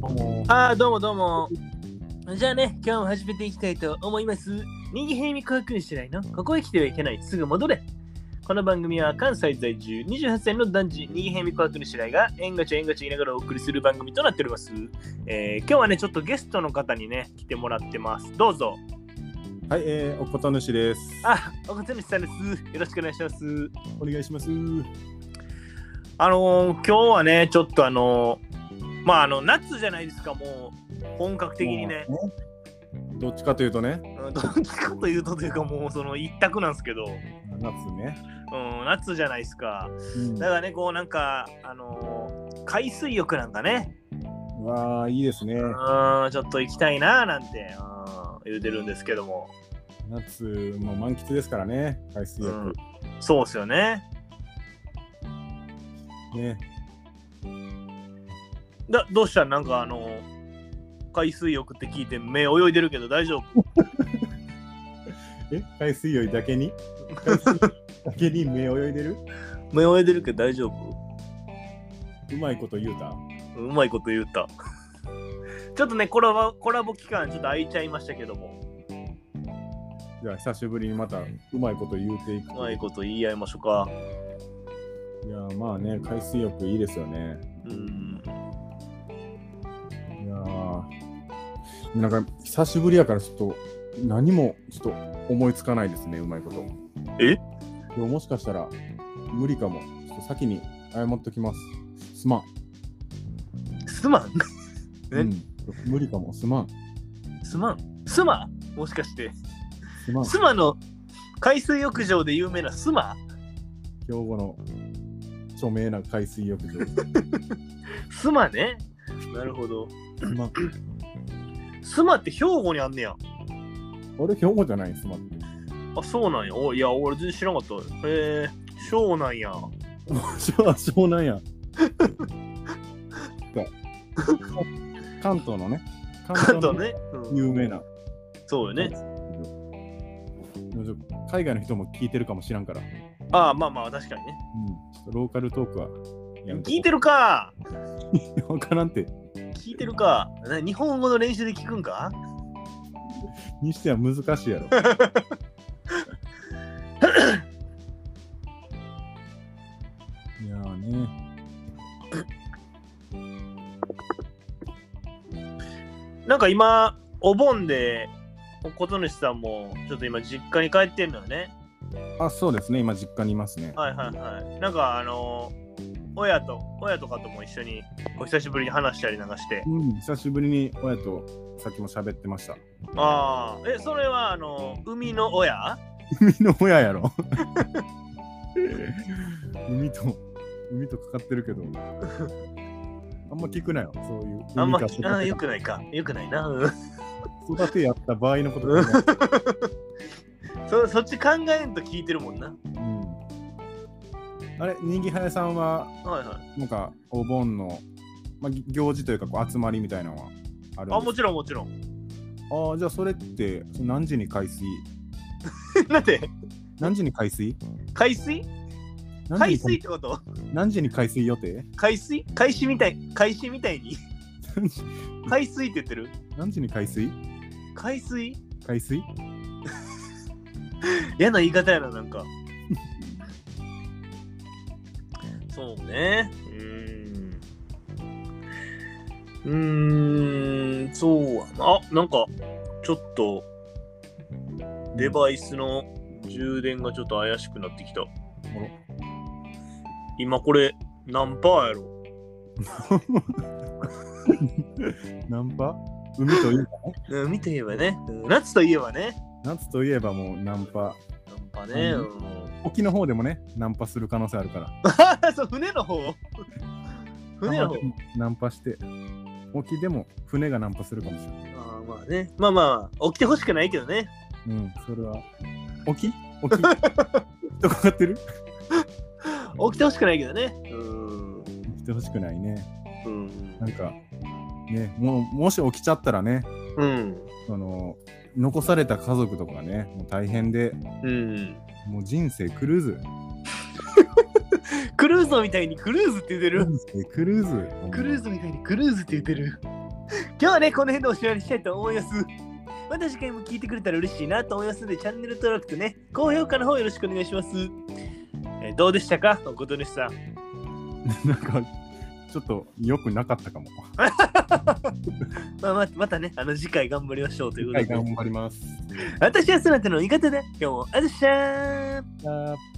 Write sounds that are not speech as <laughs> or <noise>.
もああ、どうもどうも。じゃあね、今日も始めていきたいと思います。右平み川君次第の、ここへ来てはいけない、すぐ戻れ。この番組は関西在住28歳の男児、右平み川君次第が、えんがちえんがち言いながらお送りする番組となっております。えー今日はね、ちょっとゲストの方にね、来てもらってます。どうぞ。う。はい、えー、おことぬしです。あ、岡田さんです。よろしくお願いします。お願いします。あのー今日はね、ちょっとあのーまああの、夏じゃないですか、もう、本格的にね。もうね。どっちかというとね、うんどっ <laughs> ちかというとというかもうその一択なんですけど、う夏ね。ん、夏じゃないですかうんだからねこうなんかあのー海水浴なんかねわあ、いいですね。うんちょっと行きたいなーなんてうん言うてるんですけども、夏もう満喫ですからね、海水う浴ん。、そうっすよねね。だどうしたんなんかあのー海水浴って聞いて目泳いでるけど大丈夫え、海水浴だけに海水浴だけに目泳いでる目泳いでるけど大丈夫うまいこと言うた。うまいこと言うた <laughs> ちょっとねコラボコラボ期間ちょっと空いちゃいましたけどもじゃあ、久しぶりにまたうまいこと言うていく。うまいこと言い合いましょうかいやー、まあね、海水浴いいですよね。うんいやーなんか久しぶりやからちょっと何もちょっと思いつかないですねうまいことえでももしかしたら無理かもちょっと先に謝っときますすまん、すまんえうん、無理かもすまんすまんすまもしかしてすまんすまの海水浴場で有名なすま今日の著名な海水浴場すすまねなるほどまんすまって兵庫にあんねや俺兵庫じゃないすまんって <laughs> あそうなんやおいや俺全然知らなかったへえそうなんやあ湘南 <laughs> や関東のね関関の東ね、うん、有名なそうよねでも海外の人も聞いてるかもしらんから、うん、ちああまあまあ確かにねょっとローカルトークはやめとこう聞 <laughs> いてるかわからんて聞いてるかな日本語の練習で聞くんかにしては難しいやろいやーねなんか今お盆でこと主さんもちょっと今実家に帰ってんのよねあそうですね今実家にいますねはいはいはい。なんかあのー親と親とかとも一緒にお久しぶりに話したりなんかして。うん久しぶりに親とさっきも喋ってました <laughs> ああ、え、それはあのー海の親海の親やろ <laughs> 海と海とかかってる <laughs> けどあんま聞くなよそういうあんま海かあよ育くないか。よくないな。うんて育てやった場合のこと考えてそそっち考えんと聞いてるもんな。うんあれ、人気早さんは、はいはい。なんか、お盆の、まあ、ぎ行事というか、こう集まりみたいなのはあるあ、んでもすちろんもちろん。 <laughs> ああー、じゃあ、それって、その何時に海水なんで何時に海水海水何時海に水ってこと何時に海水予定海水海水みたい。海水みたいに。 <laughs> 海水って言ってる何時に海水海水海水嫌な言い方やな、なん <laughs> か。そうね。うーん。うーん、そうやな。あ、なんか、ちょっと、デバイスの充電がちょっと怪しくなってきた。今これ、何パーやろナンパ海といえばね、うん見て言えばね。うん夏といえばね。夏といえばもうナンパ。何パーね。ううん <laughs> 沖の方でもね、ナンパする可能性あるから。そう、船の方船の浜方でもナンパして、沖でも船がナンパするかもしれない。あーまあね。まあまあ、起きてほしくないけどね。うん、それは。沖 <laughs> 沖人かかってる起きてほしくないけどね。うん。来てほしくないね。うんなんか、ね、もうもし起きちゃったらね、うん。その残された家族とかがね、もう大変で、うん。もう人生クルーズ。クルーズみたいにクルーズって言ってる。人生クルーズ。クルーズみたいにクルーズって言ってる。今日はね、この辺でおしまいにしたいと思います。また次回も聞いてくれたら嬉しいなと思いますので、チャンネル登録とね、高評価の方よろしくお願いします。えーどうでしたか、ごとぬしさん。なんか、ちょっと良くなかったかも。まあ、ままたね、あの次回頑張りましょうということはい、で。頑張ります。私はそなたの言い方だ。今日も、あずっしゃーんあー